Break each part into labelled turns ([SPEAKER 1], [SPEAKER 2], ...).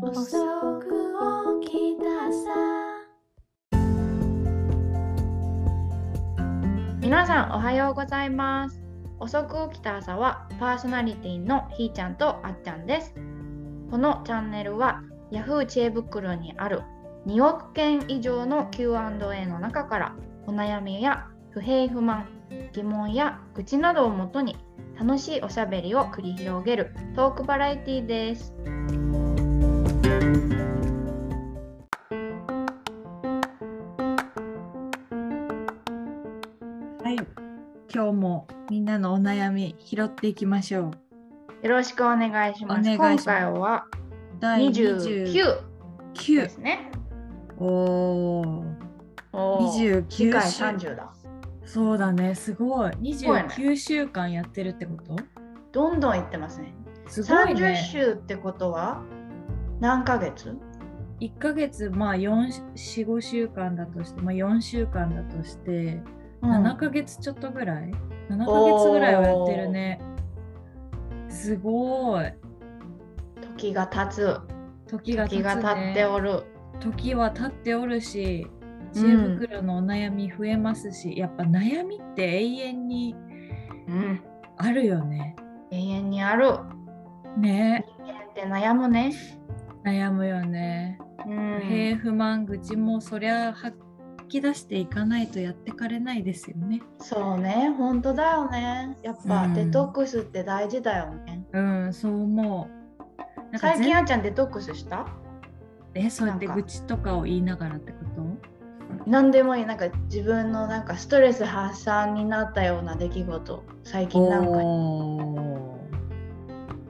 [SPEAKER 1] 遅く起きたさ
[SPEAKER 2] 皆さんおはようございます遅く起きた朝はパーソナリティのひーちゃんとあっちゃんですこのチャンネルは Yahoo! 知恵袋にある2億件以上の Q&A の中からお悩みや不平不満疑問や愚痴などをもとに楽しいおしゃべりを繰り広げるトークバラエティです
[SPEAKER 3] はい、今日もみんなのお悩み拾っていきましょう。
[SPEAKER 2] よろしくお願いします
[SPEAKER 3] お願いします
[SPEAKER 2] 今回は
[SPEAKER 3] 第
[SPEAKER 2] 29で
[SPEAKER 3] 九。
[SPEAKER 2] すね
[SPEAKER 3] おお、
[SPEAKER 2] おー
[SPEAKER 3] 二十
[SPEAKER 2] 次
[SPEAKER 3] 九
[SPEAKER 2] 回
[SPEAKER 3] 週。
[SPEAKER 2] 30だ
[SPEAKER 3] そうだね、すごい。二十
[SPEAKER 2] ごいね
[SPEAKER 3] 九週間やってるってこと？
[SPEAKER 2] どんどんいってますね
[SPEAKER 3] すごい
[SPEAKER 2] 30
[SPEAKER 3] ね。
[SPEAKER 2] 週ってことは何ヶ月
[SPEAKER 3] 一ヶ月まあ四四五週間だとして、まあ四週間だとして、七ヶ月ちょっとぐらい？七ヶ月ぐらいはやってるね。すごい。
[SPEAKER 2] 時が経つ
[SPEAKER 3] 時が経つ、
[SPEAKER 2] 時
[SPEAKER 3] ね、
[SPEAKER 2] が経っておる、
[SPEAKER 3] 時は経っておるし
[SPEAKER 2] う
[SPEAKER 3] 知恵
[SPEAKER 2] ん
[SPEAKER 3] 袋のお悩み増えますし、やっぱ悩みって永遠に
[SPEAKER 2] うん、
[SPEAKER 3] あるよね。
[SPEAKER 2] 永遠にある
[SPEAKER 3] ね
[SPEAKER 2] 人間って悩むね、
[SPEAKER 3] 悩むよね。
[SPEAKER 2] う
[SPEAKER 3] 不
[SPEAKER 2] ん、
[SPEAKER 3] 平不満愚痴もそりゃ吐き出していかないとやってかれないですよね。
[SPEAKER 2] そうね本当だよねやっぱ
[SPEAKER 3] うん
[SPEAKER 2] デトックスって大事だよね、
[SPEAKER 3] うんそう思う。なんか
[SPEAKER 2] 最
[SPEAKER 3] 全
[SPEAKER 2] 近あーちゃんデトックスした
[SPEAKER 3] えそうやって
[SPEAKER 2] なんか
[SPEAKER 3] 愚痴とかを言いながらってこと
[SPEAKER 2] 何でもいいなんか自分のなんかストレス発散になったような出来事最近なんか
[SPEAKER 3] おー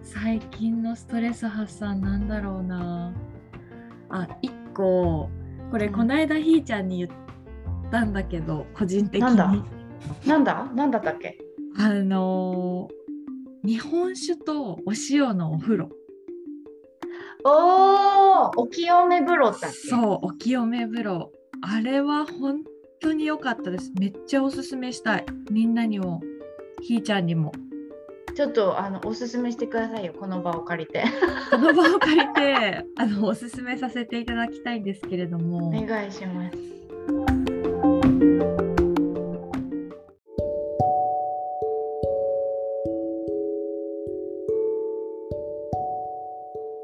[SPEAKER 3] 最近のストレス発散なんだろうなあ一個これ
[SPEAKER 2] うん
[SPEAKER 3] こないだひーちゃんに言ったんだけど個人的に
[SPEAKER 2] なんだなんだなんだったっけ
[SPEAKER 3] あのー日本酒とお塩のお風呂
[SPEAKER 2] おおお清め風呂だっけ
[SPEAKER 3] そうお清め風呂あれは本当に良かったですめっちゃおすすめしたいみんなにもひーちゃんにも
[SPEAKER 2] ちょっとあのおすすめしてくださいよこの場を借りて
[SPEAKER 3] この場を借りて あのおすすめさせていただきたいんですけれども、
[SPEAKER 2] お願いします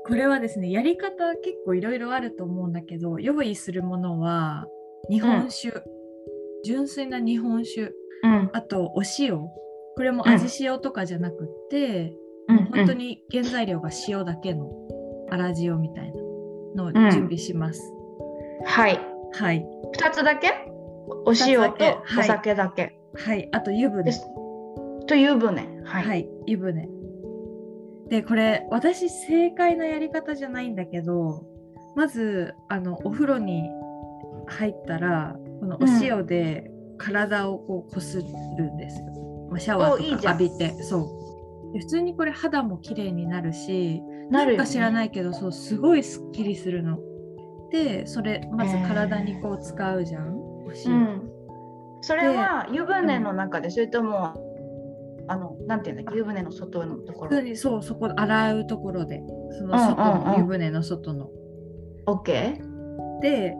[SPEAKER 3] これはですねやり方結構いろいろあると思うんだけど用意するものは日本酒、純粋な日本酒
[SPEAKER 2] うん
[SPEAKER 3] あとお塩これも
[SPEAKER 2] うん
[SPEAKER 3] 味塩とかじゃなくって、本当に原材料が塩だけの粗塩みたいなのを準備します、
[SPEAKER 2] はい
[SPEAKER 3] はい
[SPEAKER 2] 2つだけおお塩
[SPEAKER 3] 二つだ
[SPEAKER 2] と
[SPEAKER 3] け
[SPEAKER 2] お酒だけ、
[SPEAKER 3] はいあと湯船
[SPEAKER 2] ですという船はい、
[SPEAKER 3] はい湯船でこれ私正解なやり方じゃないんだけどまずあのお風呂に入ったらこのお塩で体をこうこするんですよ、まあシャワ
[SPEAKER 2] おい
[SPEAKER 3] ー
[SPEAKER 2] い
[SPEAKER 3] と
[SPEAKER 2] じゃ
[SPEAKER 3] か
[SPEAKER 2] ん
[SPEAKER 3] 浴びてそうで普通にこれ肌も綺麗になるし
[SPEAKER 2] なる
[SPEAKER 3] ん
[SPEAKER 2] よ、
[SPEAKER 3] か
[SPEAKER 2] ね、
[SPEAKER 3] 知らないいけどそうすごいすっきりするのでそれまず体にこう使うじゃん、お
[SPEAKER 2] う
[SPEAKER 3] 塩
[SPEAKER 2] んそれは湯船の中でそれともあのなんていうんだっけ湯船の外のとこ
[SPEAKER 3] 普
[SPEAKER 2] ろ
[SPEAKER 3] 通にそうそこ洗うところでその外
[SPEAKER 2] うんうんう
[SPEAKER 3] の
[SPEAKER 2] ん
[SPEAKER 3] 湯船の外の
[SPEAKER 2] OK
[SPEAKER 3] で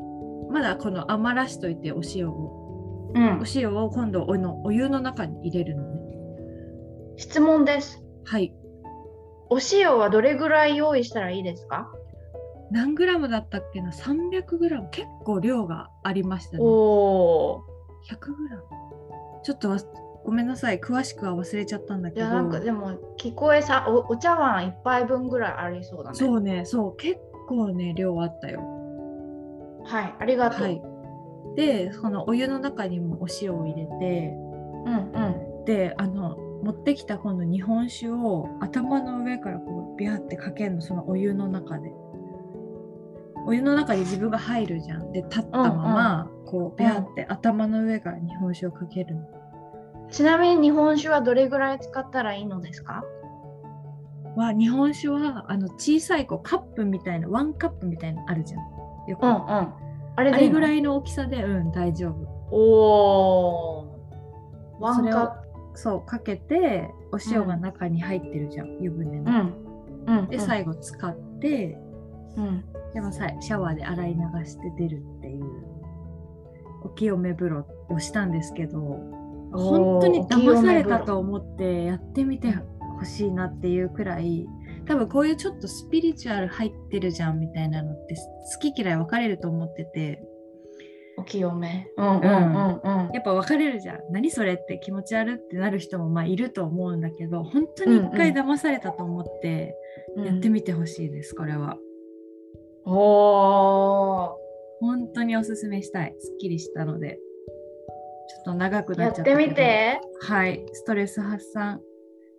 [SPEAKER 3] まだこの余らしといてお塩を
[SPEAKER 2] うん
[SPEAKER 3] お塩を今度おのお湯の中に入れるのね
[SPEAKER 2] 質問です
[SPEAKER 3] はい
[SPEAKER 2] お塩はどれぐらい用意したらいいですか
[SPEAKER 3] 何グラムだったっけな300グラム結構量がありましたね
[SPEAKER 2] おお
[SPEAKER 3] 100グラムちょっとわごめんなさい詳しくは忘れちゃったんだ
[SPEAKER 2] い
[SPEAKER 3] けど
[SPEAKER 2] やなんかでも聞こえさおお茶碗一杯分ぐらいありそうだね
[SPEAKER 3] そうねそう結構ね量あったよ
[SPEAKER 2] はいありがとう、
[SPEAKER 3] はいでそのお湯の中にもお塩を入れて
[SPEAKER 2] うんうん
[SPEAKER 3] であの持ってきたこの日本酒を頭の上からこうビャーってかけるのそのお湯の中でお湯の中に自分が入るじゃんで立ったままこうビャーって頭の上から日本酒をかけるの、
[SPEAKER 2] ちなみに日本酒はどれぐらい使ったらいいのですか
[SPEAKER 3] は日本酒はあの小さいこうカップみたいなワンカップみたいなのあるじゃんよく、あ
[SPEAKER 2] んあれでい
[SPEAKER 3] れ
[SPEAKER 2] いの
[SPEAKER 3] ぐらいの大きさでうん大丈夫
[SPEAKER 2] おおワ
[SPEAKER 3] そ
[SPEAKER 2] ン
[SPEAKER 3] れを
[SPEAKER 2] カ
[SPEAKER 3] そうかけてお塩が中に入ってるじゃん、湯船
[SPEAKER 2] ップう
[SPEAKER 3] の、
[SPEAKER 2] んうん
[SPEAKER 3] で最後使って
[SPEAKER 2] うん、
[SPEAKER 3] でもさシャワーで洗い流して出るっていうお清め風呂をしたんですけど本当に騙されたと思ってやってみてほしいなっていうくらい多分こういうちょっとスピリチュアル入ってるじゃんみたいなのって好き嫌い分かれると思ってて
[SPEAKER 2] お清めうんうんうんうん
[SPEAKER 3] やっぱ分かれるじゃん何それって気持ち悪ってなる人もまあいると思うんだけど本当に一回騙されたと思ってやってみてほしいです、これは
[SPEAKER 2] うんお
[SPEAKER 3] 本当におすすめしたいすっきりしたのでちょっと長く
[SPEAKER 2] ー
[SPEAKER 3] な
[SPEAKER 2] や
[SPEAKER 3] っちゃ
[SPEAKER 2] っ
[SPEAKER 3] ったけ
[SPEAKER 2] て
[SPEAKER 3] ど
[SPEAKER 2] みて
[SPEAKER 3] はい、ストレス発散。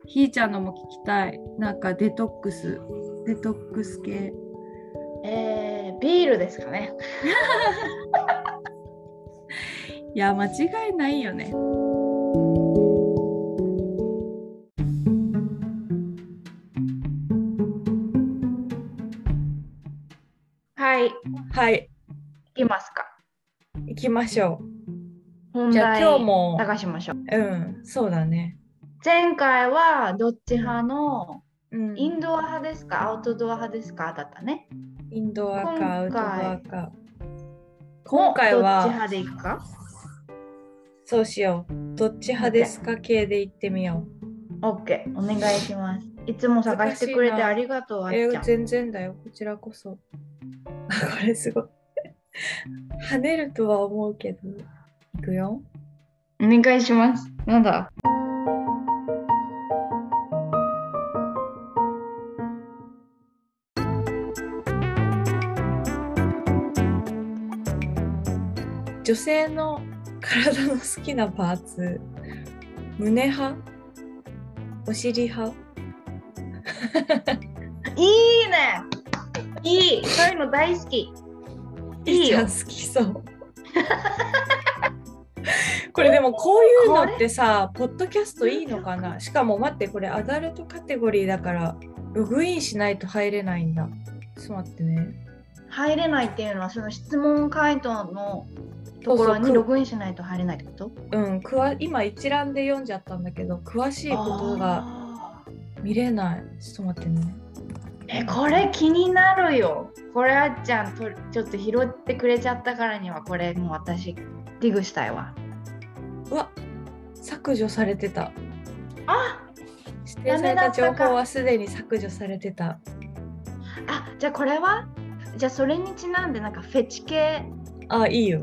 [SPEAKER 3] ひーちゃんのも聞きたい。なんかデトックス、デトックス系。
[SPEAKER 2] えー、ビールですかね
[SPEAKER 3] いや、間違いないよね。
[SPEAKER 2] はい行
[SPEAKER 3] はい、
[SPEAKER 2] きますか
[SPEAKER 3] 行きましょ
[SPEAKER 2] 本
[SPEAKER 3] う。じゃあ
[SPEAKER 2] 題
[SPEAKER 3] 今日も、
[SPEAKER 2] 探しましょう
[SPEAKER 3] うん、そうだね。
[SPEAKER 2] 前回はどっち派の
[SPEAKER 3] うん、
[SPEAKER 2] インドア派ですかアウトドア派ですかだったね
[SPEAKER 3] インドアかア
[SPEAKER 2] 今
[SPEAKER 3] ウトド
[SPEAKER 2] 回
[SPEAKER 3] アか。今回
[SPEAKER 2] どっち
[SPEAKER 3] は、
[SPEAKER 2] 派でいくか
[SPEAKER 3] そうしよう。どっち派ですか系で行ってみよう。
[SPEAKER 2] オッケーお願いしますいつも探してくれてありがとうあっ
[SPEAKER 3] え
[SPEAKER 2] ちゃ
[SPEAKER 3] ー、
[SPEAKER 2] ん
[SPEAKER 3] 全然だよ。こちらこそ。 あ、これすごい。 跳ねるとは思うけど。いくよ。
[SPEAKER 2] お願いします。なんだ
[SPEAKER 3] 女性の体の好きなパーツ胸派お尻派
[SPEAKER 2] いいねいいそういうの大好きいい
[SPEAKER 3] ちゃ
[SPEAKER 2] よ
[SPEAKER 3] ん。好きそう これでもこういうのってさポッドキャストいいのかなしかも待ってこれアダルトカテゴリーだからログインしないと入れないんだちょっと待ってね
[SPEAKER 2] 入れないっていうのはその質問回答のところ
[SPEAKER 3] そうそ
[SPEAKER 2] に
[SPEAKER 3] う
[SPEAKER 2] ログインしないと入れないってこと
[SPEAKER 3] うんくわ今一覧で読んじゃったんだけど詳しいことが
[SPEAKER 2] あー
[SPEAKER 3] 見れないちょっと待ってね
[SPEAKER 2] えこれ気になるよ。これあっちゃんとちょっと拾ってくれちゃったからにはこれもう私ディグしたいわ。
[SPEAKER 3] うわ削除されてた
[SPEAKER 2] あ
[SPEAKER 3] 指定された情報はすでに削除されてた。
[SPEAKER 2] あじゃあこれはじゃあそれにちなんでなんかフェチ系
[SPEAKER 3] あ、いいよ。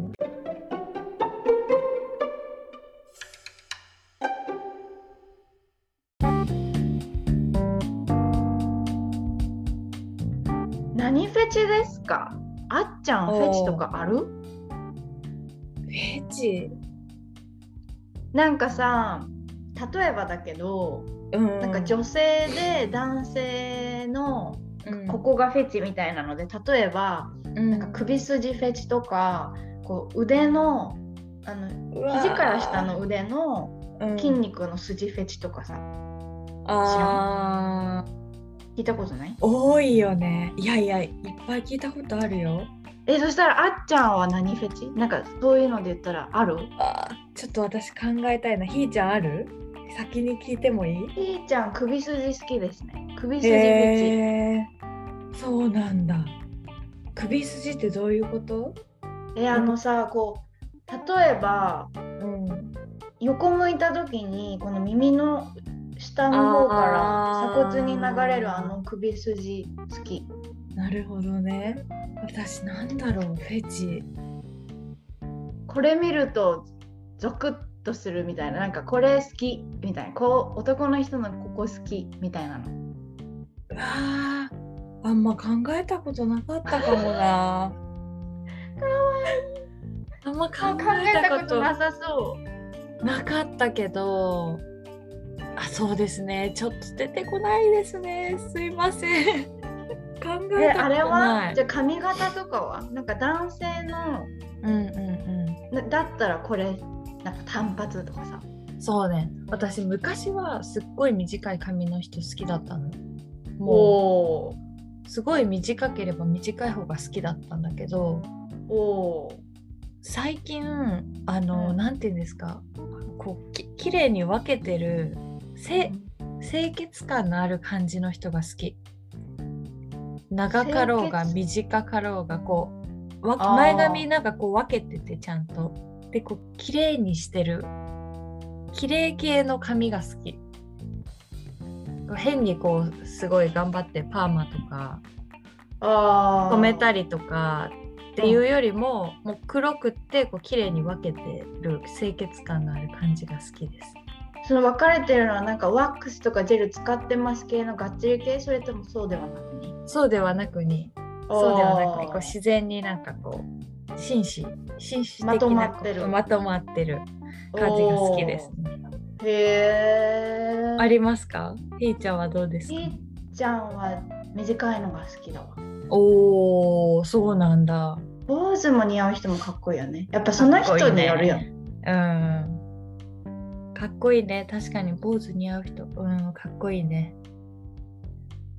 [SPEAKER 2] 何フェチですかあっちゃんフェチとかある
[SPEAKER 3] フェチ。
[SPEAKER 2] なんかさ例えばだけど、
[SPEAKER 3] うん。
[SPEAKER 2] なんか女性で男性の
[SPEAKER 3] うん、
[SPEAKER 2] ここがフェチみたいなので例えば
[SPEAKER 3] うん、
[SPEAKER 2] なんか首筋フェチとかこう腕のあの
[SPEAKER 3] うわー
[SPEAKER 2] 肘から下の腕の筋
[SPEAKER 3] うん
[SPEAKER 2] 肉の筋フェチとかさ
[SPEAKER 3] あー
[SPEAKER 2] 聞いたことない
[SPEAKER 3] 多いよね。いやいや、いっぱい聞いたことあるよ。
[SPEAKER 2] えそしたらあっちゃんは何フェチなんかそういうので言ったらある
[SPEAKER 3] あーちょっと私考えたいな。ひーちゃんある先に聞いてもいい
[SPEAKER 2] ひーちゃん首筋好きですね首筋フェチ、
[SPEAKER 3] へえー。そうなんだ。首筋ってどういうこと
[SPEAKER 2] えあのさこう例えば
[SPEAKER 3] うん。
[SPEAKER 2] 横向いた時にこの耳の下の方から
[SPEAKER 3] あー
[SPEAKER 2] 鎖骨に流れるあの首筋好き
[SPEAKER 3] なるほどね。私なんだろう、フェチ。
[SPEAKER 2] これ見るとゾクッとするみたいななんかこれ好きみたいなこう男の人のここ好きみたいなの
[SPEAKER 3] うわああんま考えたことなかったかもな。あんま考えたことな
[SPEAKER 2] さそう
[SPEAKER 3] かったけど、あそうですね。ちょっと出てこないですね。すいません。考
[SPEAKER 2] え
[SPEAKER 3] えた
[SPEAKER 2] あ
[SPEAKER 3] こ
[SPEAKER 2] れ
[SPEAKER 3] とな。
[SPEAKER 2] はいじゃあ髪型とかはなんか男性の
[SPEAKER 3] うんうん
[SPEAKER 2] なだったらこれなんか短髪とかさ
[SPEAKER 3] うん。そうね。私昔はすっごい短い髪の人好きだったの。も
[SPEAKER 2] お
[SPEAKER 3] うすごい短ければ短い方が好きだったんだけど。
[SPEAKER 2] おお
[SPEAKER 3] 最近あの、
[SPEAKER 2] うん
[SPEAKER 3] なんていうんですかこうき綺麗に分けてるせ清潔感のある感じの人が好き長かろうが
[SPEAKER 2] 清潔
[SPEAKER 3] 短かろうがこうわ
[SPEAKER 2] あー
[SPEAKER 3] 前髪なんかこう分けててちゃんとでこう綺麗にしてる綺麗系の髪が好きこう変にこうすごい頑張ってパーマとか
[SPEAKER 2] あ
[SPEAKER 3] 止めたりとかっていうよりももう黒くってこう綺麗に分けてる清潔感のある感じが好きです
[SPEAKER 2] その分かれてるのはなんかワックスとかジェル使ってます系のがっちり系それともそうではなくに
[SPEAKER 3] そうではなくにそうではなくにこう自然になんかこう紳士紳士的な
[SPEAKER 2] まとまってる
[SPEAKER 3] まとまってる感じが好きですね。
[SPEAKER 2] おーへえ
[SPEAKER 3] ありますか？ひーちゃんはどうですか
[SPEAKER 2] ひ？ーちゃんは短いのが好きだわ
[SPEAKER 3] おお、そうなんだ。
[SPEAKER 2] 坊主も似合う人もかっこいいよねやっぱその人によるよ
[SPEAKER 3] かっこいいうん。かっこいいね。確かに坊主似合う人。うん、かっこいいね。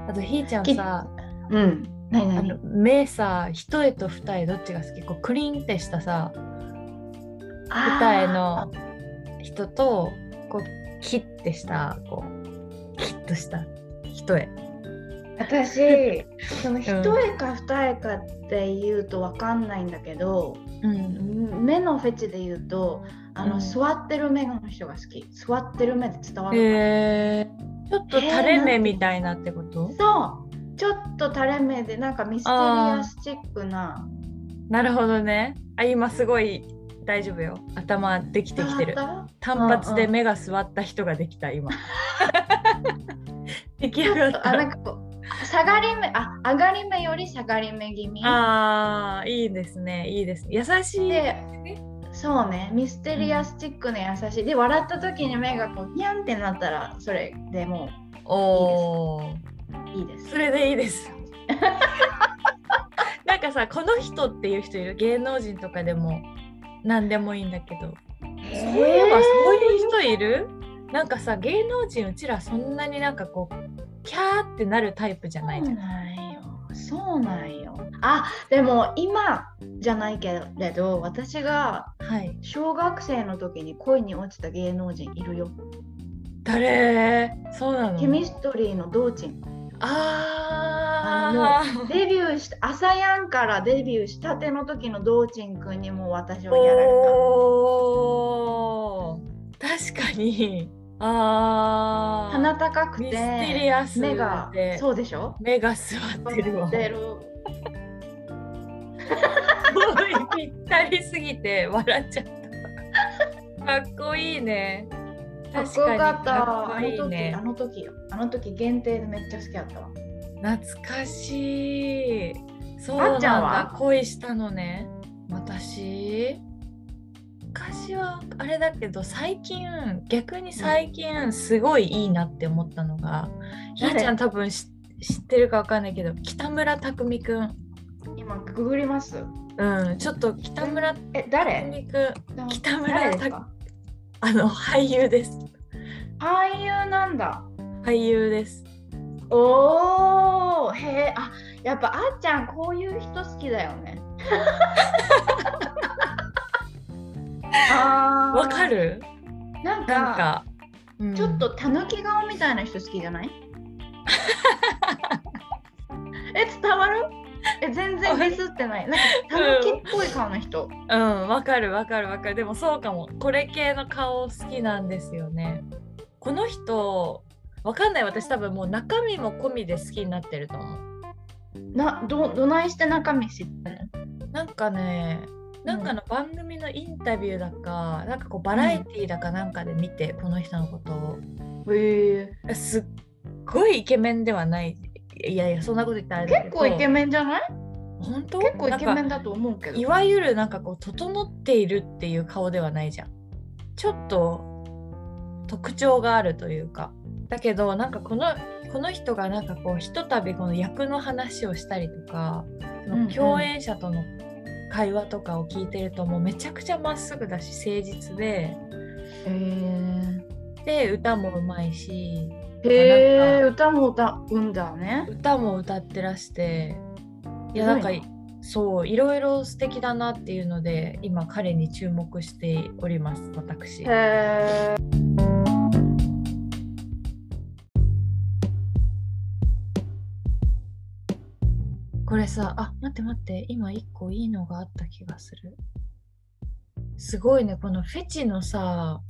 [SPEAKER 3] あとひーちゃん
[SPEAKER 2] き
[SPEAKER 3] さ、
[SPEAKER 2] うん何
[SPEAKER 3] あ
[SPEAKER 2] 何
[SPEAKER 3] の目さ、一重と二重どっちが好き？こうクリンってしたさ、二重の人とこうキッてしたこうキッとした一重。
[SPEAKER 2] 私その一重か二重かっていうとわかんないんだけど、
[SPEAKER 3] うん。
[SPEAKER 2] 目のフェチで言うとあの、
[SPEAKER 3] うん
[SPEAKER 2] 座ってる目の人が好き座ってる目で伝わるから、
[SPEAKER 3] へえ。ちょっと垂れ目みたいなってこと？
[SPEAKER 2] そうちょっと垂れ目でなんかミステリアスチックな
[SPEAKER 3] なるほどね。あ今すごい大丈夫よ。頭できてきてる
[SPEAKER 2] 伝。わっ
[SPEAKER 3] 単発で目が座った人ができ た今。出来上がったた。
[SPEAKER 2] あ
[SPEAKER 3] あ
[SPEAKER 2] なんかこう下がり目あ上がり目より下がり目気味
[SPEAKER 3] あーいいですねいいですね。優しい。
[SPEAKER 2] でそうねミステリアスチックな優しいで笑った時に目がこうニャンってなったらそれでも
[SPEAKER 3] おお。
[SPEAKER 2] ういいです
[SPEAKER 3] それでいいです。なんかさこの人っていう人いる芸能人とかでも何でもいいんだけど。
[SPEAKER 2] そ
[SPEAKER 3] そういえばそういう人いるなんかさ芸能人うちらそんなになんかこうキャーってなるタイプじゃないじゃん。
[SPEAKER 2] そうなんよ。あでも今じゃないけれど私が
[SPEAKER 3] はい。
[SPEAKER 2] 小学生の時に恋に落ちた芸能人いるよ。
[SPEAKER 3] 誰そうなの
[SPEAKER 2] ケミストリーの道珍。
[SPEAKER 3] あー
[SPEAKER 2] デビューした朝やんからデビューしたての時の道珍くんにも私
[SPEAKER 3] あ
[SPEAKER 2] はやられ
[SPEAKER 3] おー確かに。あ
[SPEAKER 2] た。
[SPEAKER 3] あ。
[SPEAKER 2] 鼻高く
[SPEAKER 3] ミステリ
[SPEAKER 2] て
[SPEAKER 3] アスで
[SPEAKER 2] 目がそうでしょ
[SPEAKER 3] 目が座ってるわ。
[SPEAKER 2] 出る
[SPEAKER 3] すごいぴったりすぎて笑っちゃった。かっこいいね。
[SPEAKER 2] かっ
[SPEAKER 3] 確
[SPEAKER 2] こよ
[SPEAKER 3] に
[SPEAKER 2] かった
[SPEAKER 3] かっこいいね。
[SPEAKER 2] あの時あの時よあの時限定でめっちゃ好きだったわ。
[SPEAKER 3] 懐かしいそう
[SPEAKER 2] あ
[SPEAKER 3] なん
[SPEAKER 2] っちゃん
[SPEAKER 3] だ
[SPEAKER 2] は
[SPEAKER 3] 恋したのね私昔はあれだけど最近逆に最近すごいいいなって思ったのが、ひ
[SPEAKER 2] 誰
[SPEAKER 3] ーちゃん多分し知ってるかわかんないけど北村匠海くん
[SPEAKER 2] 今ググります。
[SPEAKER 3] うんちょっと北村
[SPEAKER 2] え誰？
[SPEAKER 3] 匠海くん北村
[SPEAKER 2] 誰ですか
[SPEAKER 3] あの俳優です
[SPEAKER 2] 俳優なんだ。
[SPEAKER 3] 俳優です
[SPEAKER 2] おお、へえ、あ、やっぱあっちゃんこういう人好きだよ ね。あー
[SPEAKER 3] わか。る
[SPEAKER 2] なんか
[SPEAKER 3] なんか、うん
[SPEAKER 2] ちょっとたぬき顔みたいな人好きじゃない？ え伝わる？え全然ディスってない。なんかたぬきっぽい顔の人。
[SPEAKER 3] うん、わかるわかるわかる。でもそうかも。これ系の顔好きなんですよね。この人、わかんない。私多分もう中身も込みで好きになってると思
[SPEAKER 2] などどないして中身知ってる
[SPEAKER 3] う。なんかね、なんかの番組のインタビューだか、なんかこうバラエティーだかなんかで見て、この人のことを。
[SPEAKER 2] の？へえ。
[SPEAKER 3] すっごいイケメンではない。いやいや、そんなこと言ったらあれだけ
[SPEAKER 2] 結
[SPEAKER 3] ど。
[SPEAKER 2] 構イケメンじゃない？
[SPEAKER 3] メン。本当
[SPEAKER 2] 結構イケメ
[SPEAKER 3] なん
[SPEAKER 2] ン
[SPEAKER 3] か
[SPEAKER 2] だと思うけど
[SPEAKER 3] い。わゆるなんかこう、整っているっていう顔ではないじゃん。ちょっと特徴があるというかだけどなんかこのこの人がなんかこうひとたびこの役の話をしたりとかそ
[SPEAKER 2] うんう
[SPEAKER 3] の
[SPEAKER 2] ん
[SPEAKER 3] 共演者との会話とかを聞いてるともうめちゃくちゃまっすぐだし誠実
[SPEAKER 2] へ
[SPEAKER 3] で
[SPEAKER 2] え。
[SPEAKER 3] で歌もうまいし
[SPEAKER 2] へえ、歌も歌うんだね。
[SPEAKER 3] 歌も歌ってらしていや
[SPEAKER 2] す
[SPEAKER 3] な
[SPEAKER 2] ご
[SPEAKER 3] ん
[SPEAKER 2] いな
[SPEAKER 3] か
[SPEAKER 2] い
[SPEAKER 3] そういろいろ素敵だなっていうので今彼に注目しております私。
[SPEAKER 2] へえ。
[SPEAKER 3] これさ、あ、待って待って、今一個いいのがあった気がする。すごいね、このフェチのさ、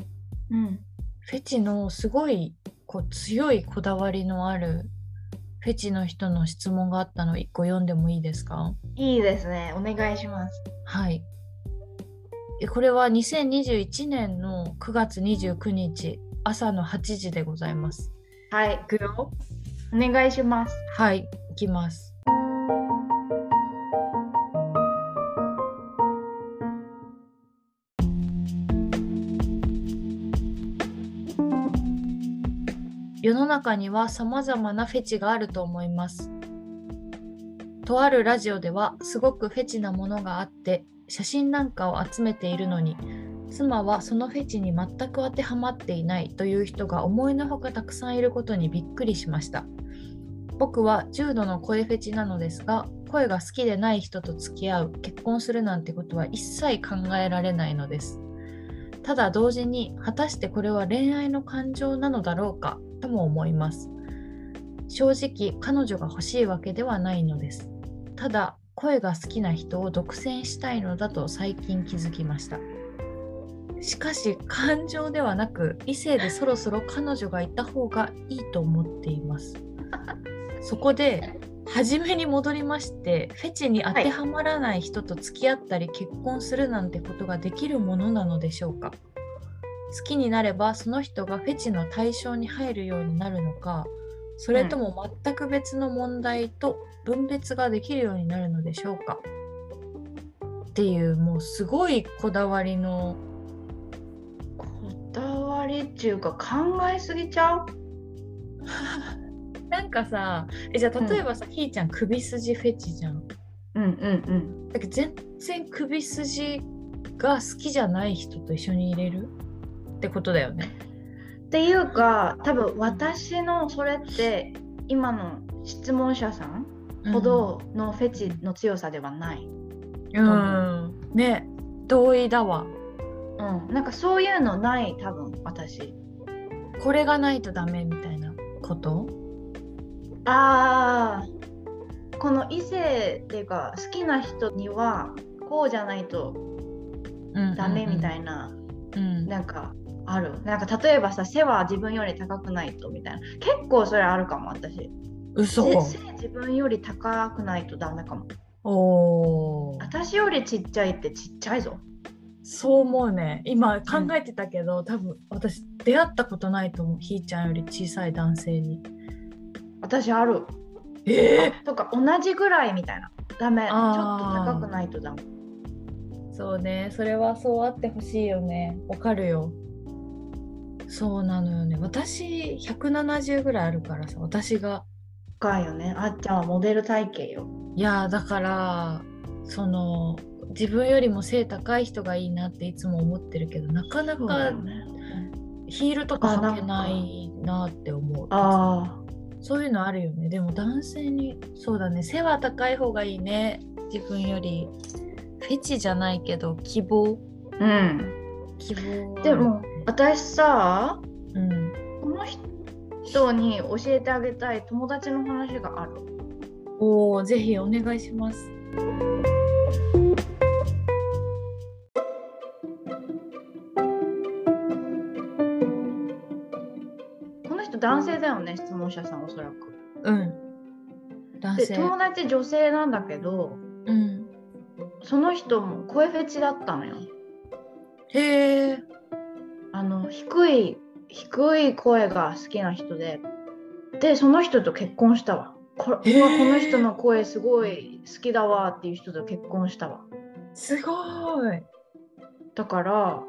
[SPEAKER 2] うん。
[SPEAKER 3] フェチのすごいこう強いこだわりのあるフェチの人の質問があったの一個読んでもいいですか
[SPEAKER 2] いいですね。お願いします。
[SPEAKER 3] はい。えこれは2021年の9月29日朝の8時でございます。
[SPEAKER 2] はい
[SPEAKER 3] い。くよ。
[SPEAKER 2] お願いします。
[SPEAKER 3] はい、いきます。世の中には様々なフェチがあると思います。とあるラジオではすごくフェチなものがあって写真なんかを集めているのに妻はそのフェチに全く当てはまっていないという人が思いのほかたくさんいることにびっくりしました。僕は重度の声フェチなのですが声が好きでない人と付き合う結婚するなんてことは一切考えられないのですただ同時に果たしてこれは恋愛の感情なのだろうかとも思います正直彼女が欲しいわけではないのですただ声が好きな人を独占したいのだと最近気づきましたしかし感情ではなく異性でそろそろ彼女がいた方がいいと思っていますそこで初めに戻りましてフェチに当てはまらない人と付き合ったり結婚するなんてことができるものなのでしょうか好きになればその人がフェチの対象に入るようになるのかそれとも全く別の問題と分別ができるようになるのでしょうかっていうもうすごいこだわりの
[SPEAKER 2] こだわりっていうか考えすぎちゃう
[SPEAKER 3] なんかさえじゃあ
[SPEAKER 2] うん
[SPEAKER 3] 例えばさ、ひーちゃん首筋フェチじゃん
[SPEAKER 2] うんうん
[SPEAKER 3] だけど全然首筋が好きじゃない人と一緒に入れるってことだよね。
[SPEAKER 2] うん。っていうか多分私のそれって今の質問者さんほどのフェチの強さではない。
[SPEAKER 3] うん、ね同意だわ
[SPEAKER 2] うん、なんかそういうのない多分私。
[SPEAKER 3] これがないとダメみたいなこと
[SPEAKER 2] ああこの異性っていうか好きな人にはこうじゃないとダメみた
[SPEAKER 3] い
[SPEAKER 2] いな、
[SPEAKER 3] な。うん
[SPEAKER 2] なんかあるなんか例えばさ背は自分より高くないとみたいな結構それあるかも私
[SPEAKER 3] 嘘
[SPEAKER 2] せ背自分より高くないとダメかも
[SPEAKER 3] おー
[SPEAKER 2] 私よりちっちゃいってちっちゃいぞ
[SPEAKER 3] そう思うね今考えてたけど、多分私出会ったことないと思うひーちゃんより小さい男性に。
[SPEAKER 2] 私ある
[SPEAKER 3] え
[SPEAKER 2] とか同じぐらいみたいなダメちょ
[SPEAKER 3] あー
[SPEAKER 2] っと高くないとダメ
[SPEAKER 3] そうね、それはそうあってほしいよね。わかるよ。そうなのよね。私、170ぐらいあるからさ、私が。
[SPEAKER 2] かよねあっちゃんはモデル体型よ
[SPEAKER 3] いやー、だから、その、自分よりも背高い人がいいなっていつも思ってるけど、なかな
[SPEAKER 2] そうだよ
[SPEAKER 3] か
[SPEAKER 2] ね
[SPEAKER 3] ヒールとか履けないなって思う。
[SPEAKER 2] あ
[SPEAKER 3] そういうのあるよね。でも男性に、そうだね、背は高い方がいいね。自分より。フェチじゃないけど、希望。
[SPEAKER 2] あうん
[SPEAKER 3] 希望はある
[SPEAKER 2] でも私さ
[SPEAKER 3] うん。
[SPEAKER 2] この人に教えてあげたい友達の話がある
[SPEAKER 3] おお、ぜひお願いします。
[SPEAKER 2] この人男性だよね質問者さんおそらく
[SPEAKER 3] うん。男
[SPEAKER 2] で
[SPEAKER 3] 性。
[SPEAKER 2] 友達女性なんだけど
[SPEAKER 3] うん。
[SPEAKER 2] その人も声フェチだったのよ
[SPEAKER 3] へえ。
[SPEAKER 2] あの低い低い声が好きな人ででその人と結婚したわこれ、
[SPEAKER 3] へー
[SPEAKER 2] うわこの人の声すごい好きだわっていう人と結婚したわ
[SPEAKER 3] すごい。
[SPEAKER 2] だから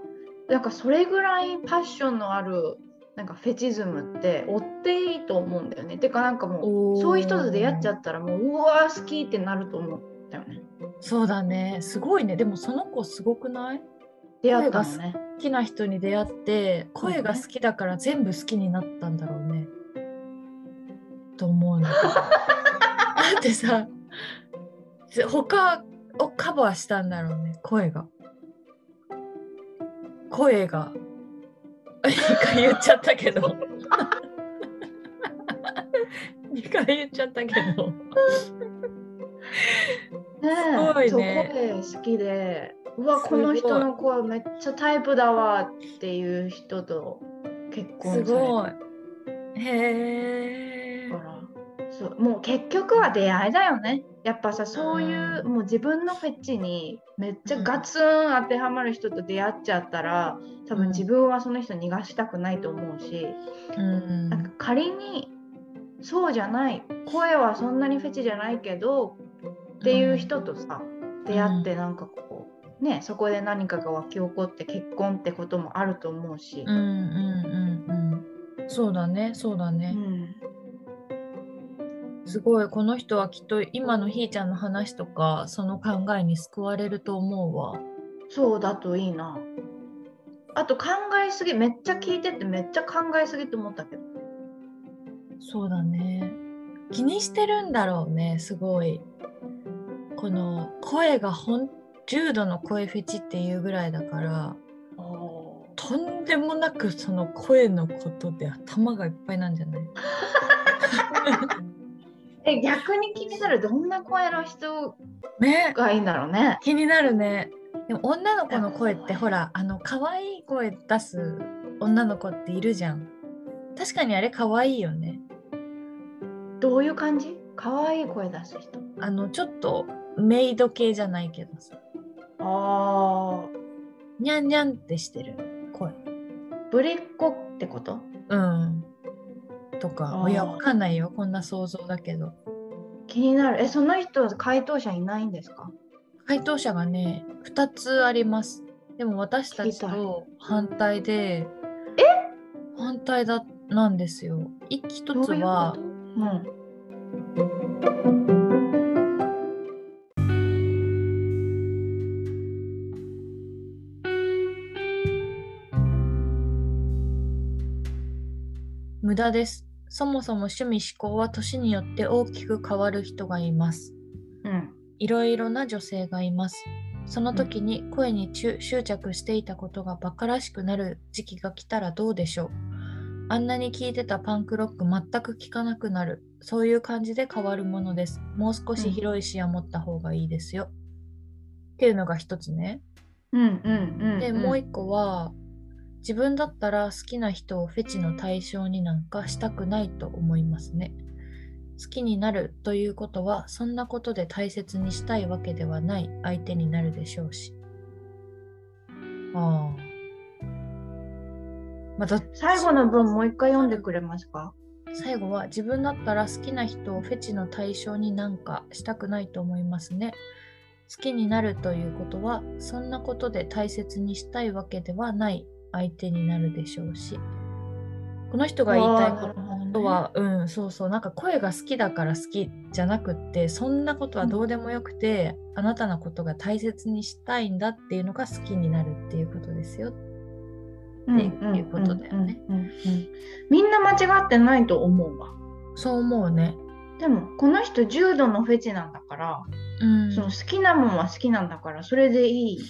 [SPEAKER 2] なんかそれぐらいパッションのあるなんかフェチズムって追っていいと思うんだよね。てかなんかも
[SPEAKER 3] おー
[SPEAKER 2] うそういう人と出会っちゃったらもううわー好きってなると思うんだよね。
[SPEAKER 3] そうだね。すごいね。でもその子すごくない
[SPEAKER 2] 出会ったのね。
[SPEAKER 3] 好きな人に出会って、声が好きだから全部好きになったんだろうね。と思うの。だ ってさ、ぜ他をカバーしたんだろうね。声が。声が。2回言っちゃったけど。2回言っちゃったけど。すごいね
[SPEAKER 2] すごい好きでうわ
[SPEAKER 3] すごい
[SPEAKER 2] この人の声めっちゃタイプだわっていう人と結婚さ
[SPEAKER 3] す
[SPEAKER 2] れ
[SPEAKER 3] ごい
[SPEAKER 2] て。
[SPEAKER 3] へえ
[SPEAKER 2] るか。らそうもう結局は出会いだよねやっぱさそういう、もう自分のフェチにめっちゃガツン当てはまる人と出会っちゃったら多
[SPEAKER 3] うん
[SPEAKER 2] 分自分はその人逃がしたくないと思うし、
[SPEAKER 3] うん
[SPEAKER 2] なんか仮にそうじゃない声はそんなにフェチじゃないけどっていう人とさ、出会ってなんかこうねそこで何かが沸き起こって結婚ってこともあると思うし
[SPEAKER 3] う、んうんうんうん。そうだね、そうだ
[SPEAKER 2] う
[SPEAKER 3] ね。
[SPEAKER 2] ん
[SPEAKER 3] すごい、この人はきっと今のひーちゃんの話とか、その考えに救われると思うわ。
[SPEAKER 2] そうだといいなあと考えすぎめっちゃ聞いててめっちゃ考えすぎと思ったけど
[SPEAKER 3] そうだね。気にしてるんだろうね、すごい。この声がほん重度の声フェチっていうぐらいだから、とんでもなくその声のことで頭がいっぱいなんじゃない
[SPEAKER 2] え逆に気になるどんな声の人
[SPEAKER 3] ね
[SPEAKER 2] がいいんだろうね
[SPEAKER 3] 気になるね。でも女の子の声ってほらあの可愛い声出す女の子っているじゃん。確かにあれ可愛いよね。
[SPEAKER 2] どういう感じ可愛い声出す人
[SPEAKER 3] あのちょっとメイド系じゃないけどさ、
[SPEAKER 2] ああ
[SPEAKER 3] にゃんにゃんってしてる声。
[SPEAKER 2] ぶりっ子ってこと
[SPEAKER 3] うん。と
[SPEAKER 2] あ
[SPEAKER 3] か、
[SPEAKER 2] ー
[SPEAKER 3] いや、わかんないよ。こんな想像だけど。
[SPEAKER 2] 気になるえその人回答者いないんですか
[SPEAKER 3] 回答者がね、2つあります。でも私たち
[SPEAKER 2] 聞きたい
[SPEAKER 3] と反対で、え反対だなんですよ。い1つ
[SPEAKER 2] どういうこ
[SPEAKER 3] は
[SPEAKER 2] と、うん
[SPEAKER 3] 無駄です。そもそも趣味思考は年によって大きく変わる人がいます。
[SPEAKER 2] うん
[SPEAKER 3] いろいろな女性がいます。その時に声にちゅ執着していたことが馬鹿らしくなる時期が来たらどうでしょうあんなに聴いてたパンクロック全く聴かなくなる。そういう感じで変わるものです。もう少し広い視野持った方がいいですよ。っていうのが一つね。
[SPEAKER 2] うんうんうん
[SPEAKER 3] で、もう一個は自分だったら好きな人をフェチの対象になんかしたくないと思いますね。好きになるということはそんなことで大切にしたいわけではない相手になるでしょうし。ああ。また
[SPEAKER 2] 最後の文もう一回読んでくれますか
[SPEAKER 3] 最後は自分だったら好きな人をフェチの対象になんかしたくないと思いますね。好きになるということはそんなことで大切にしたいわけではない相手になるでしょうし。この人が言いたいこ
[SPEAKER 2] こと
[SPEAKER 3] は、うん、そうそう、なんか声が好きだから好きじゃなくって、そんなことはどうでもよくて、あなたのことが大切にしたいんだっていうのが好きになるっていうことですよ。っていうことだよね
[SPEAKER 2] みんな間違ってないと思うわ
[SPEAKER 3] そう思うね。
[SPEAKER 2] でもこの人重度のフェチなんだから、
[SPEAKER 3] うん。
[SPEAKER 2] その好きなもんは好きなんだからそれでいいん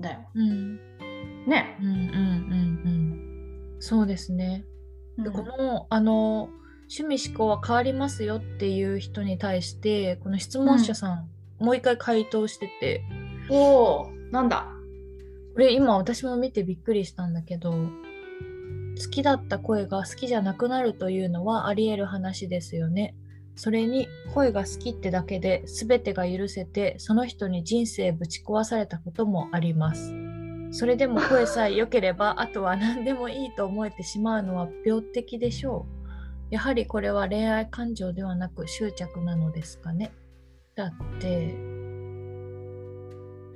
[SPEAKER 2] だよ
[SPEAKER 3] うん
[SPEAKER 2] ね、
[SPEAKER 3] うんうんうんうんそうですね。でこのあの趣味思考は変わりますよっていう人に対してこの質問者さん、もう一回回答してて
[SPEAKER 2] おおなんだ
[SPEAKER 3] これ今私も見てびっくりしたんだけど好きだった声が好きじゃなくなるというのはあり得る話ですよね。それに声が好きってだけで全てが許せてその人に人生ぶち壊されたこともあります。それでも声さえ良ければ あとは何でもいいと思えてしまうのは病的でしょう。やはりこれは恋愛感情ではなく執着なのですかね。だって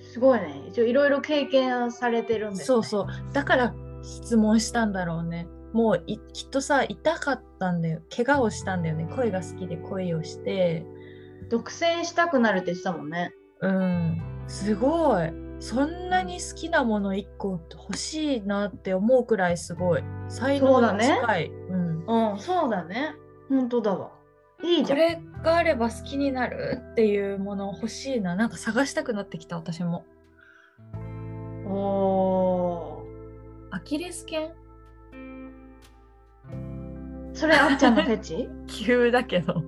[SPEAKER 2] すごいね一応いろいろ経験されてるんです、ね、
[SPEAKER 3] そうそうだから質問したんだろうねもういきっとさ痛かったんだよ怪我をしたんだよね声が好きで恋をして
[SPEAKER 2] 独占したくなるって言ってたもんね
[SPEAKER 3] うんすごいそんなに好きなもの1個欲しいなって思うくらいすごい才能が
[SPEAKER 2] そう
[SPEAKER 3] 近いうん、
[SPEAKER 2] うんそうだね本当だわいいじゃん
[SPEAKER 3] これがあれば好きになるっていうもの欲しいななんか探したくなってきた私も
[SPEAKER 2] お
[SPEAKER 3] アキレス腱
[SPEAKER 2] ーそれあっちゃんのフェチ
[SPEAKER 3] 急だけど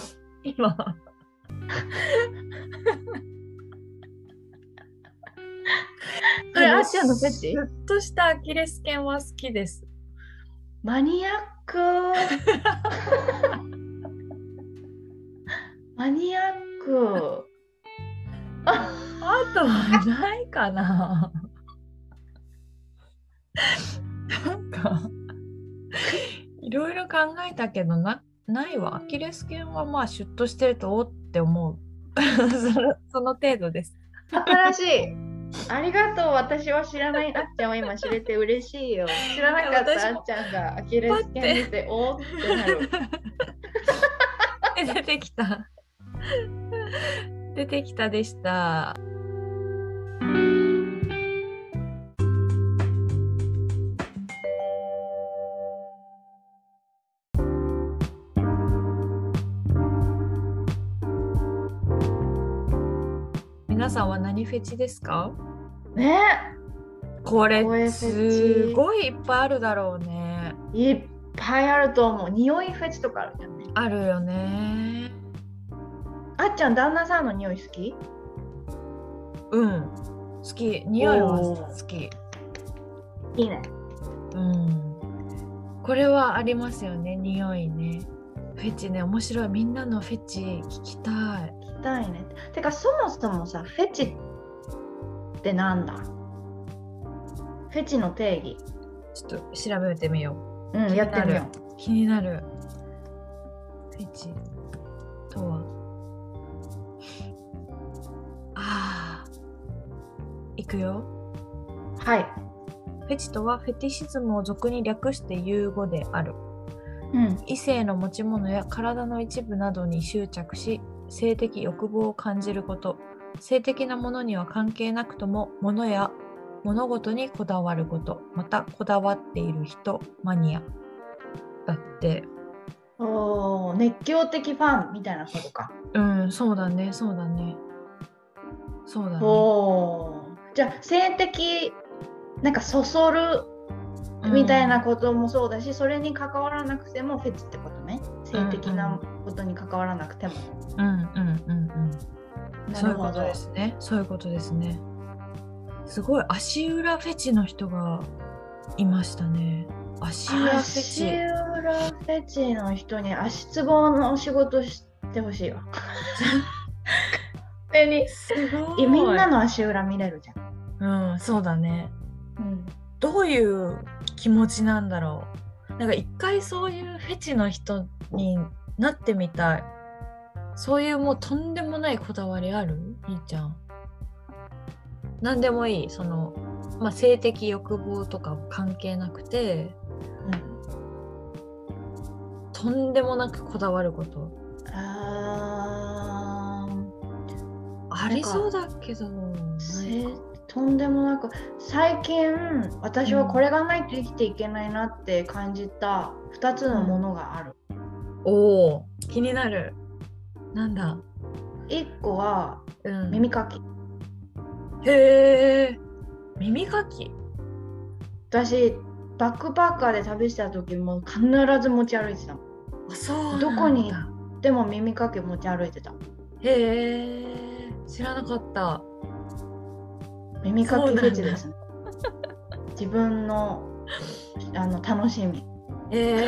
[SPEAKER 3] 今
[SPEAKER 2] それあっちゃんのフェチ
[SPEAKER 3] シュッとしたアキレス腱は好きです。
[SPEAKER 2] マニアック マニアック
[SPEAKER 3] あとはないかな。なんかいろいろ考えたけどなないわアキレス腱はまあシュッとしてるとおって思う そのその程度です
[SPEAKER 2] 新しいありがとう私は知らないあっちゃんは今知れて嬉しいよ知らなかった
[SPEAKER 3] 私
[SPEAKER 2] あ
[SPEAKER 3] も
[SPEAKER 2] っちゃんがアキレス腱出ておーってな る
[SPEAKER 3] え 出てきた出てきたでした皆さんは何フェチですか
[SPEAKER 2] ね
[SPEAKER 3] こ
[SPEAKER 2] 声
[SPEAKER 3] れ
[SPEAKER 2] フェチ
[SPEAKER 3] すごいいっぱいあるだろうね
[SPEAKER 2] いっぱいあると思う匂いフェチとかあるじゃんね
[SPEAKER 3] あるよね
[SPEAKER 2] あっちゃん旦那さんの匂い好き
[SPEAKER 3] うん好き匂いは好き
[SPEAKER 2] いいね
[SPEAKER 3] うん、これはありますよね匂いねフェチね面白いみんなのフェチ聞きたい
[SPEAKER 2] 聞きたいねてかそもそもさフェチってなんだフェチの定義
[SPEAKER 3] ちょっと調べてみよ
[SPEAKER 2] うん
[SPEAKER 3] 気に
[SPEAKER 2] や
[SPEAKER 3] な
[SPEAKER 2] って
[SPEAKER 3] る
[SPEAKER 2] みよ
[SPEAKER 3] う気になるフェチとはあーいくよ
[SPEAKER 2] うはい、
[SPEAKER 3] フェチとはフェティシズムを俗に略して言う語である
[SPEAKER 2] うん、
[SPEAKER 3] 異性の持ち物や体の一部などに執着し性的欲望を感じること性的なものには関係なくとも物や物事にこだわることまたこだわっている人マニアだって
[SPEAKER 2] おー熱狂的ファンみたいなことか
[SPEAKER 3] うんそうだねそうだねそうだね
[SPEAKER 2] おーじゃあ性的なんかそそるみたいなこともそうだし、それに関わらなくてもフェチってことね性的なことに関わらなくても、
[SPEAKER 3] うんうんうんうんうん
[SPEAKER 2] な
[SPEAKER 3] そうい
[SPEAKER 2] る
[SPEAKER 3] う
[SPEAKER 2] ほ
[SPEAKER 3] こと
[SPEAKER 2] ど
[SPEAKER 3] ですねそういうことですねすごい足裏フェチの人がいましたね足裏フェ
[SPEAKER 2] 足
[SPEAKER 3] チ
[SPEAKER 2] 裏フェチの人に足つぼのお仕事してほしいわ。勝手に
[SPEAKER 3] すご
[SPEAKER 2] えみんなの足裏見れるじゃん。
[SPEAKER 3] の。うん、そうだね。どういう気持ちなんだろう。なんか一回そういうフェチの人になってみたい。そういうもうとんでもないこだわりあるひーちゃん。なんでもいい。その、まあ、性的欲望とか関係なくて、とんでもなくこだわること。
[SPEAKER 2] あー
[SPEAKER 3] ありそうだけど。ない
[SPEAKER 2] せ
[SPEAKER 3] か
[SPEAKER 2] とんでもなく最近私はこれがないと生きていけないなって感じた2つのものがある。
[SPEAKER 3] おお、気になる。なんだ。
[SPEAKER 2] 1個は
[SPEAKER 3] うん、
[SPEAKER 2] 耳かき。
[SPEAKER 3] へえ耳かき
[SPEAKER 2] 私バックパッカーで旅した時も必ず持ち歩いてたの
[SPEAKER 3] あそう
[SPEAKER 2] どこに
[SPEAKER 3] なんだ
[SPEAKER 2] でも耳かき持ち歩いてた
[SPEAKER 3] へえ知らなかった
[SPEAKER 2] 耳かきフェチですね自分のあの楽しみ
[SPEAKER 3] へえ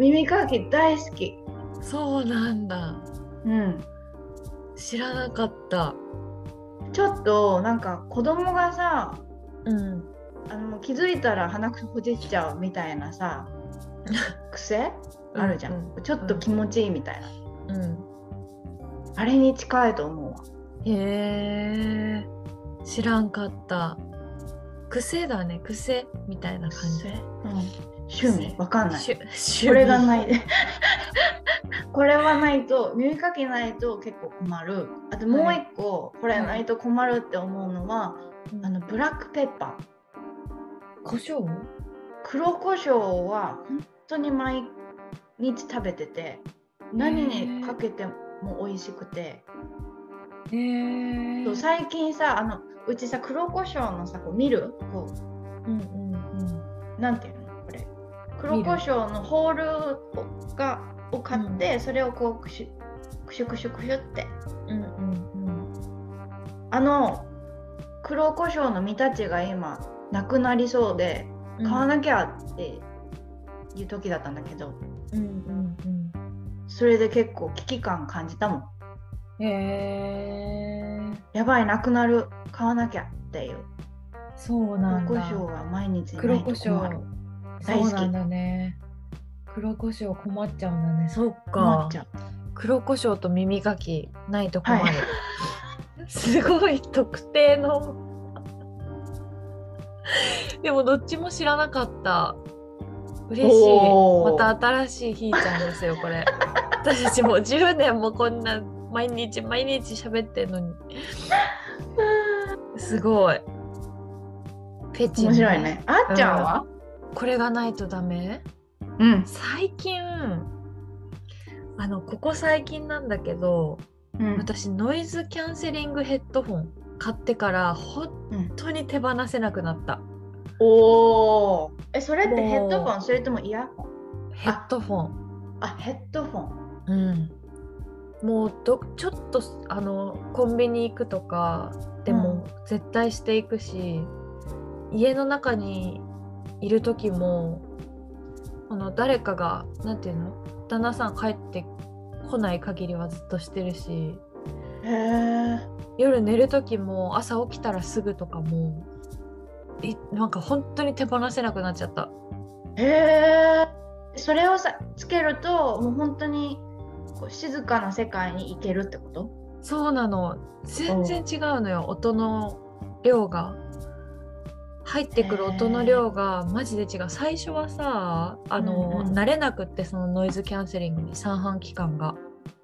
[SPEAKER 2] 耳かき大好き
[SPEAKER 3] そうなんだ
[SPEAKER 2] うん
[SPEAKER 3] 知らなかった
[SPEAKER 2] ちょっとなんか子供がさ
[SPEAKER 3] うん
[SPEAKER 2] あの気づいたら鼻くそほじっちゃうみたいな さ癖あるじゃん、
[SPEAKER 3] うん
[SPEAKER 2] ちょっと気持ちいいみたいな、
[SPEAKER 3] うん、
[SPEAKER 2] あれに近いと思うわ
[SPEAKER 3] へえ知らんかった癖だね癖みたいな感じ
[SPEAKER 2] 癖、うん、趣味わかんない
[SPEAKER 3] し趣味
[SPEAKER 2] これがない これはないと耳かきないと結構困るあともう一個、これないと困るって思うのは、
[SPEAKER 3] うん
[SPEAKER 2] あのブラックペッパー
[SPEAKER 3] 胡椒
[SPEAKER 2] 黒胡椒は本当に毎日食べてて何にかけても美味しくて、
[SPEAKER 3] へえ
[SPEAKER 2] そう最近さあのうちさ黒胡椒のさこう見るこ
[SPEAKER 3] うんうんうん
[SPEAKER 2] うなんていうのこれ黒胡椒のホールをがを買って、それをこうしクシュクシュクシュって
[SPEAKER 3] うんうん
[SPEAKER 2] あの黒胡椒の実たちが今なくなりそうで
[SPEAKER 3] うん
[SPEAKER 2] 買わなきゃっていう時だったんだけど、
[SPEAKER 3] うんうん
[SPEAKER 2] それで結構危機感感じたもん
[SPEAKER 3] うんへえ
[SPEAKER 2] やばいなくなる買わなきゃっていう
[SPEAKER 3] そう
[SPEAKER 2] 黒
[SPEAKER 3] なん
[SPEAKER 2] 胡
[SPEAKER 3] だ
[SPEAKER 2] 椒が毎日な
[SPEAKER 3] 黒
[SPEAKER 2] いと
[SPEAKER 3] 胡
[SPEAKER 2] 困
[SPEAKER 3] 椒
[SPEAKER 2] る
[SPEAKER 3] そ
[SPEAKER 2] 大好
[SPEAKER 3] う
[SPEAKER 2] き
[SPEAKER 3] なんだね黒胡椒困っちゃうんだねそっか
[SPEAKER 2] 困っちゃう
[SPEAKER 3] 黒胡椒と耳かきないと困る、すごい特定のでもどっちも知らなかった嬉しい
[SPEAKER 2] お
[SPEAKER 3] ま
[SPEAKER 2] ー
[SPEAKER 3] た新しいひーちゃんですよ これ私たちもう10年もこんな毎日毎日喋ってんのにすごいフェチね
[SPEAKER 2] 面白いねあっちゃんは
[SPEAKER 3] これがないとダメ
[SPEAKER 2] うん
[SPEAKER 3] 最近あのここ最近なんだけど
[SPEAKER 2] うん
[SPEAKER 3] 私ノイズキャンセリングヘッドホン買ってから本当に手放せなくなった、
[SPEAKER 2] おおえそれって
[SPEAKER 3] もう
[SPEAKER 2] ヘッドフォンそれともイヤホン
[SPEAKER 3] ヘッドホン
[SPEAKER 2] あヘッドフォン
[SPEAKER 3] うんもうどちょっとあのコンビニ行くとかでも絶対していくし、家の中にいる時もこの誰かがなんていうの旦那さん帰ってこない限りはずっとしてるし
[SPEAKER 2] へえ
[SPEAKER 3] 夜寝る時も朝起きたらすぐとかもいなんか本当に手放せなくなっちゃった
[SPEAKER 2] へえそれをさつけるともう本当にこう静かな世界に行けるってこと
[SPEAKER 3] そうなの全然違うのよ音の量が入ってくる音の量がマジで違う最初はさあの、
[SPEAKER 2] うんうん
[SPEAKER 3] 慣れなくってそのノイズキャンセリングに三半規管が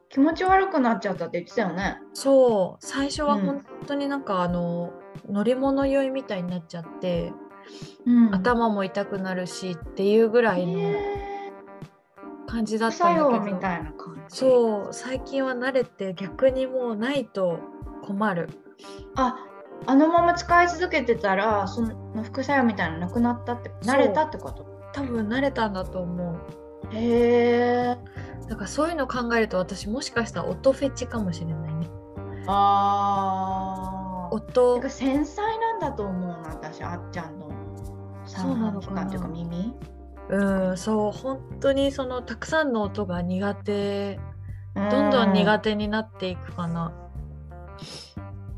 [SPEAKER 2] 気持ち悪くなっちゃったって言ってたよね
[SPEAKER 3] そう最初は
[SPEAKER 2] うん
[SPEAKER 3] 本当になんか、あの乗り物酔いみたいになっちゃって、
[SPEAKER 2] うん
[SPEAKER 3] 頭も痛くなるしっていうぐらいの
[SPEAKER 2] へー
[SPEAKER 3] 感じだっ
[SPEAKER 2] 副
[SPEAKER 3] た
[SPEAKER 2] 作
[SPEAKER 3] んだけど、
[SPEAKER 2] 用みたいな感じう
[SPEAKER 3] そう最近は慣れて逆にもうないと困る
[SPEAKER 2] ああのまま使い続けてたらその副作用みたいなのなくなったって
[SPEAKER 3] そう
[SPEAKER 2] 慣れたってこと
[SPEAKER 3] 多分慣れたんだと思う
[SPEAKER 2] へえ
[SPEAKER 3] だからそういうの考えると私もしかしたら音フェチかもしれないね
[SPEAKER 2] あー
[SPEAKER 3] 音
[SPEAKER 2] てか繊細なんだと思うな私あっちゃんの
[SPEAKER 3] そうな
[SPEAKER 2] 三半
[SPEAKER 3] のかな
[SPEAKER 2] 規管っていうか耳
[SPEAKER 3] うんそう本当にそのたくさんの音が苦手ど
[SPEAKER 2] ど
[SPEAKER 3] んどん苦
[SPEAKER 2] 手
[SPEAKER 3] 手になっていくかな、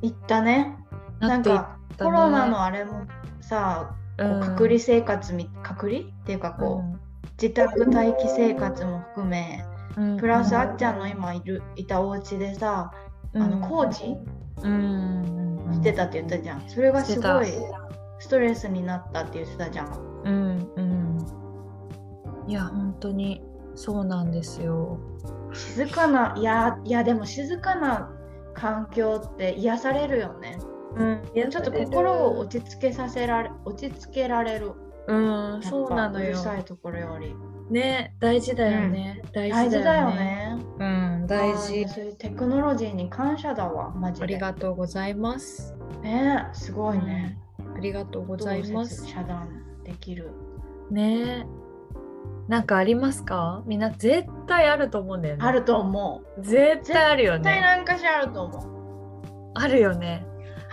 [SPEAKER 2] いったね
[SPEAKER 3] な
[SPEAKER 2] な
[SPEAKER 3] っ
[SPEAKER 2] ん
[SPEAKER 3] ていっ
[SPEAKER 2] か
[SPEAKER 3] た
[SPEAKER 2] コロナのあれもさこ
[SPEAKER 3] う
[SPEAKER 2] うん隔離生活み隔離っていうかこう、自宅待機生活も含め
[SPEAKER 3] うんうん
[SPEAKER 2] プラスあっちゃんの今いるいたお家でさあ
[SPEAKER 3] うん
[SPEAKER 2] の工事
[SPEAKER 3] うんうんうん
[SPEAKER 2] してたって言ったじゃんそれがすごい
[SPEAKER 3] して
[SPEAKER 2] ストレスになったって言ってたじゃん
[SPEAKER 3] うんうんいや本当にそうなんですよ
[SPEAKER 2] 静かないやいやでも静かな環境って癒されるよねちょっと心を落ち着けさせられ落ち着けられる
[SPEAKER 3] うんそうなの
[SPEAKER 2] やっ
[SPEAKER 3] よ
[SPEAKER 2] ぱうるさいところより
[SPEAKER 3] ね大事だよね、大
[SPEAKER 2] 大事だよ
[SPEAKER 3] ね
[SPEAKER 2] ね
[SPEAKER 3] うん大事
[SPEAKER 2] あーそういうテクノロジーに感謝だわマジで
[SPEAKER 3] ありがとうございます
[SPEAKER 2] ねすごいね、
[SPEAKER 3] ありがとう
[SPEAKER 2] ご
[SPEAKER 3] ございます
[SPEAKER 2] 遮断できる
[SPEAKER 3] ねなんかありますかみんな絶対あると思うんだよね
[SPEAKER 2] あると思う
[SPEAKER 3] 絶対あるよ
[SPEAKER 2] 絶対
[SPEAKER 3] ね
[SPEAKER 2] 何かしらあると思う
[SPEAKER 3] あるよね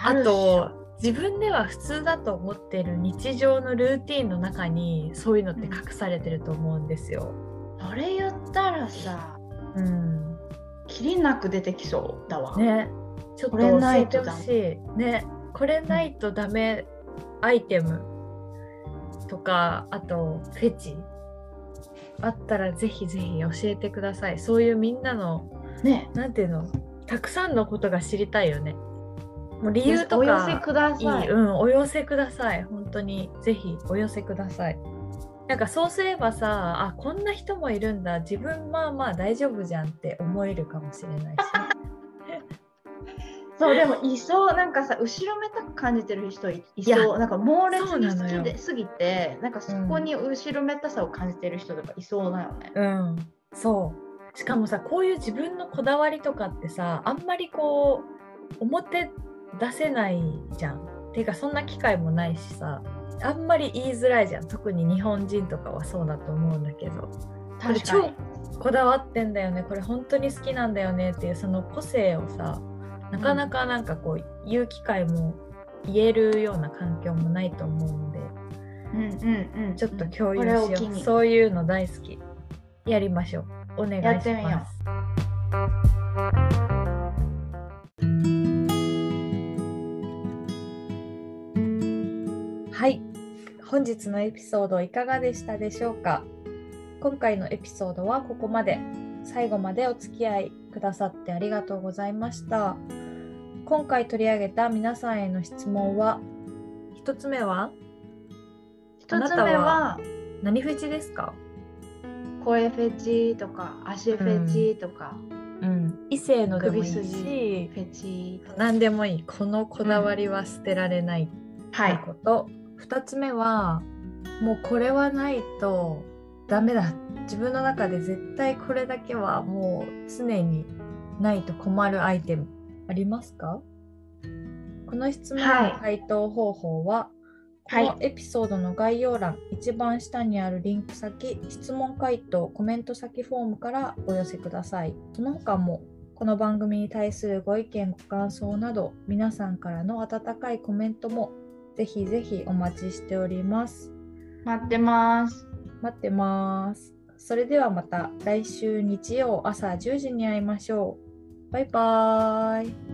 [SPEAKER 3] あ
[SPEAKER 2] るっしょ
[SPEAKER 3] と自分では普通だと思ってる日常のルーティンの中にそういうのって隠されてると思うんですよ
[SPEAKER 2] それ言ったらさ
[SPEAKER 3] うん
[SPEAKER 2] きりなく出てきそうだわ、
[SPEAKER 3] ねちょっ
[SPEAKER 2] こ
[SPEAKER 3] と
[SPEAKER 2] れ
[SPEAKER 3] 教
[SPEAKER 2] な
[SPEAKER 3] え
[SPEAKER 2] い
[SPEAKER 3] て
[SPEAKER 2] と
[SPEAKER 3] ほ
[SPEAKER 2] ダメ
[SPEAKER 3] しいねこれないとダメアイテムとかあとフェチあったらぜひぜひ教えてくださいそういうみんなの
[SPEAKER 2] ね
[SPEAKER 3] なんていうのたくさんのことが知りたいよねもう理
[SPEAKER 2] 理
[SPEAKER 3] 由と
[SPEAKER 2] お寄せ
[SPEAKER 3] か
[SPEAKER 2] くだ
[SPEAKER 3] いい
[SPEAKER 2] さい
[SPEAKER 3] うん、お寄せください本当にぜひお寄せくださいなんかそうすればさあこんな人もいるんだ自分まあまあ大丈夫じゃんって思えるかもしれないしね、
[SPEAKER 2] そうでもいそうなんかさ後ろめたく感じてる人いい
[SPEAKER 3] い
[SPEAKER 2] そ
[SPEAKER 3] や
[SPEAKER 2] うなんか猛烈
[SPEAKER 3] そう
[SPEAKER 2] に
[SPEAKER 3] なのよ
[SPEAKER 2] 好きですぎてなんかそこに後ろめたさを感じてる人とかいそうだよね、
[SPEAKER 3] うん、そう。しかもさ、こういう自分のこだわりとかってさ、あんまりこう、表出せないじゃん。ていうか、そんな機会もないしさ、あんまり言いづらいじゃん。特に日本人とかはそうだと思うんだけど。これ
[SPEAKER 2] 確かに
[SPEAKER 3] 超こだわってんだよねこれ本当に好きなんだよねっていうその個性をさなかなかなんかこう言う機会も言えるような環境もないと思うので
[SPEAKER 2] うんうんうん
[SPEAKER 3] ちょっと共有
[SPEAKER 2] こ
[SPEAKER 3] し
[SPEAKER 2] れ
[SPEAKER 3] よ
[SPEAKER 2] を機
[SPEAKER 3] う
[SPEAKER 2] に
[SPEAKER 3] そういうの大好きやりましょうお願いし
[SPEAKER 2] や
[SPEAKER 3] ま
[SPEAKER 2] っ
[SPEAKER 3] す
[SPEAKER 2] てみよ
[SPEAKER 3] はい本日のエピソードいかがでしたでしょうか今回のエピソードはここまで最後までお付き合いくださってありがとうございました今回取り上げた皆さんへの質問は一つ目は
[SPEAKER 2] 一
[SPEAKER 3] あな
[SPEAKER 2] つ
[SPEAKER 3] た
[SPEAKER 2] 目
[SPEAKER 3] は
[SPEAKER 2] は
[SPEAKER 3] 何フェチですか
[SPEAKER 2] 声フェチとか足フェチとか、
[SPEAKER 3] うん、異性のでもいい
[SPEAKER 2] 首筋
[SPEAKER 3] し
[SPEAKER 2] フェチとか
[SPEAKER 3] 何でもいいこのこだわりは捨てられないって
[SPEAKER 2] はいいう
[SPEAKER 3] こと、2つ目はもうこれはないとダメだ自分の中で絶対これだけはもう常にないと困るアイテムありますかこの質問
[SPEAKER 2] はい
[SPEAKER 3] の回答方法は、
[SPEAKER 2] はい
[SPEAKER 3] このエピソードの概要欄一番下にあるリンク先質問回答コメント先フォームからお寄せくださいその他もこの番組に対するご意見ご感想など皆さんからの温かいコメントもぜひぜひお待ちしております
[SPEAKER 2] 待ってます
[SPEAKER 3] 待ってますそれではまた来週日曜朝10時に会いましょうバイバーイ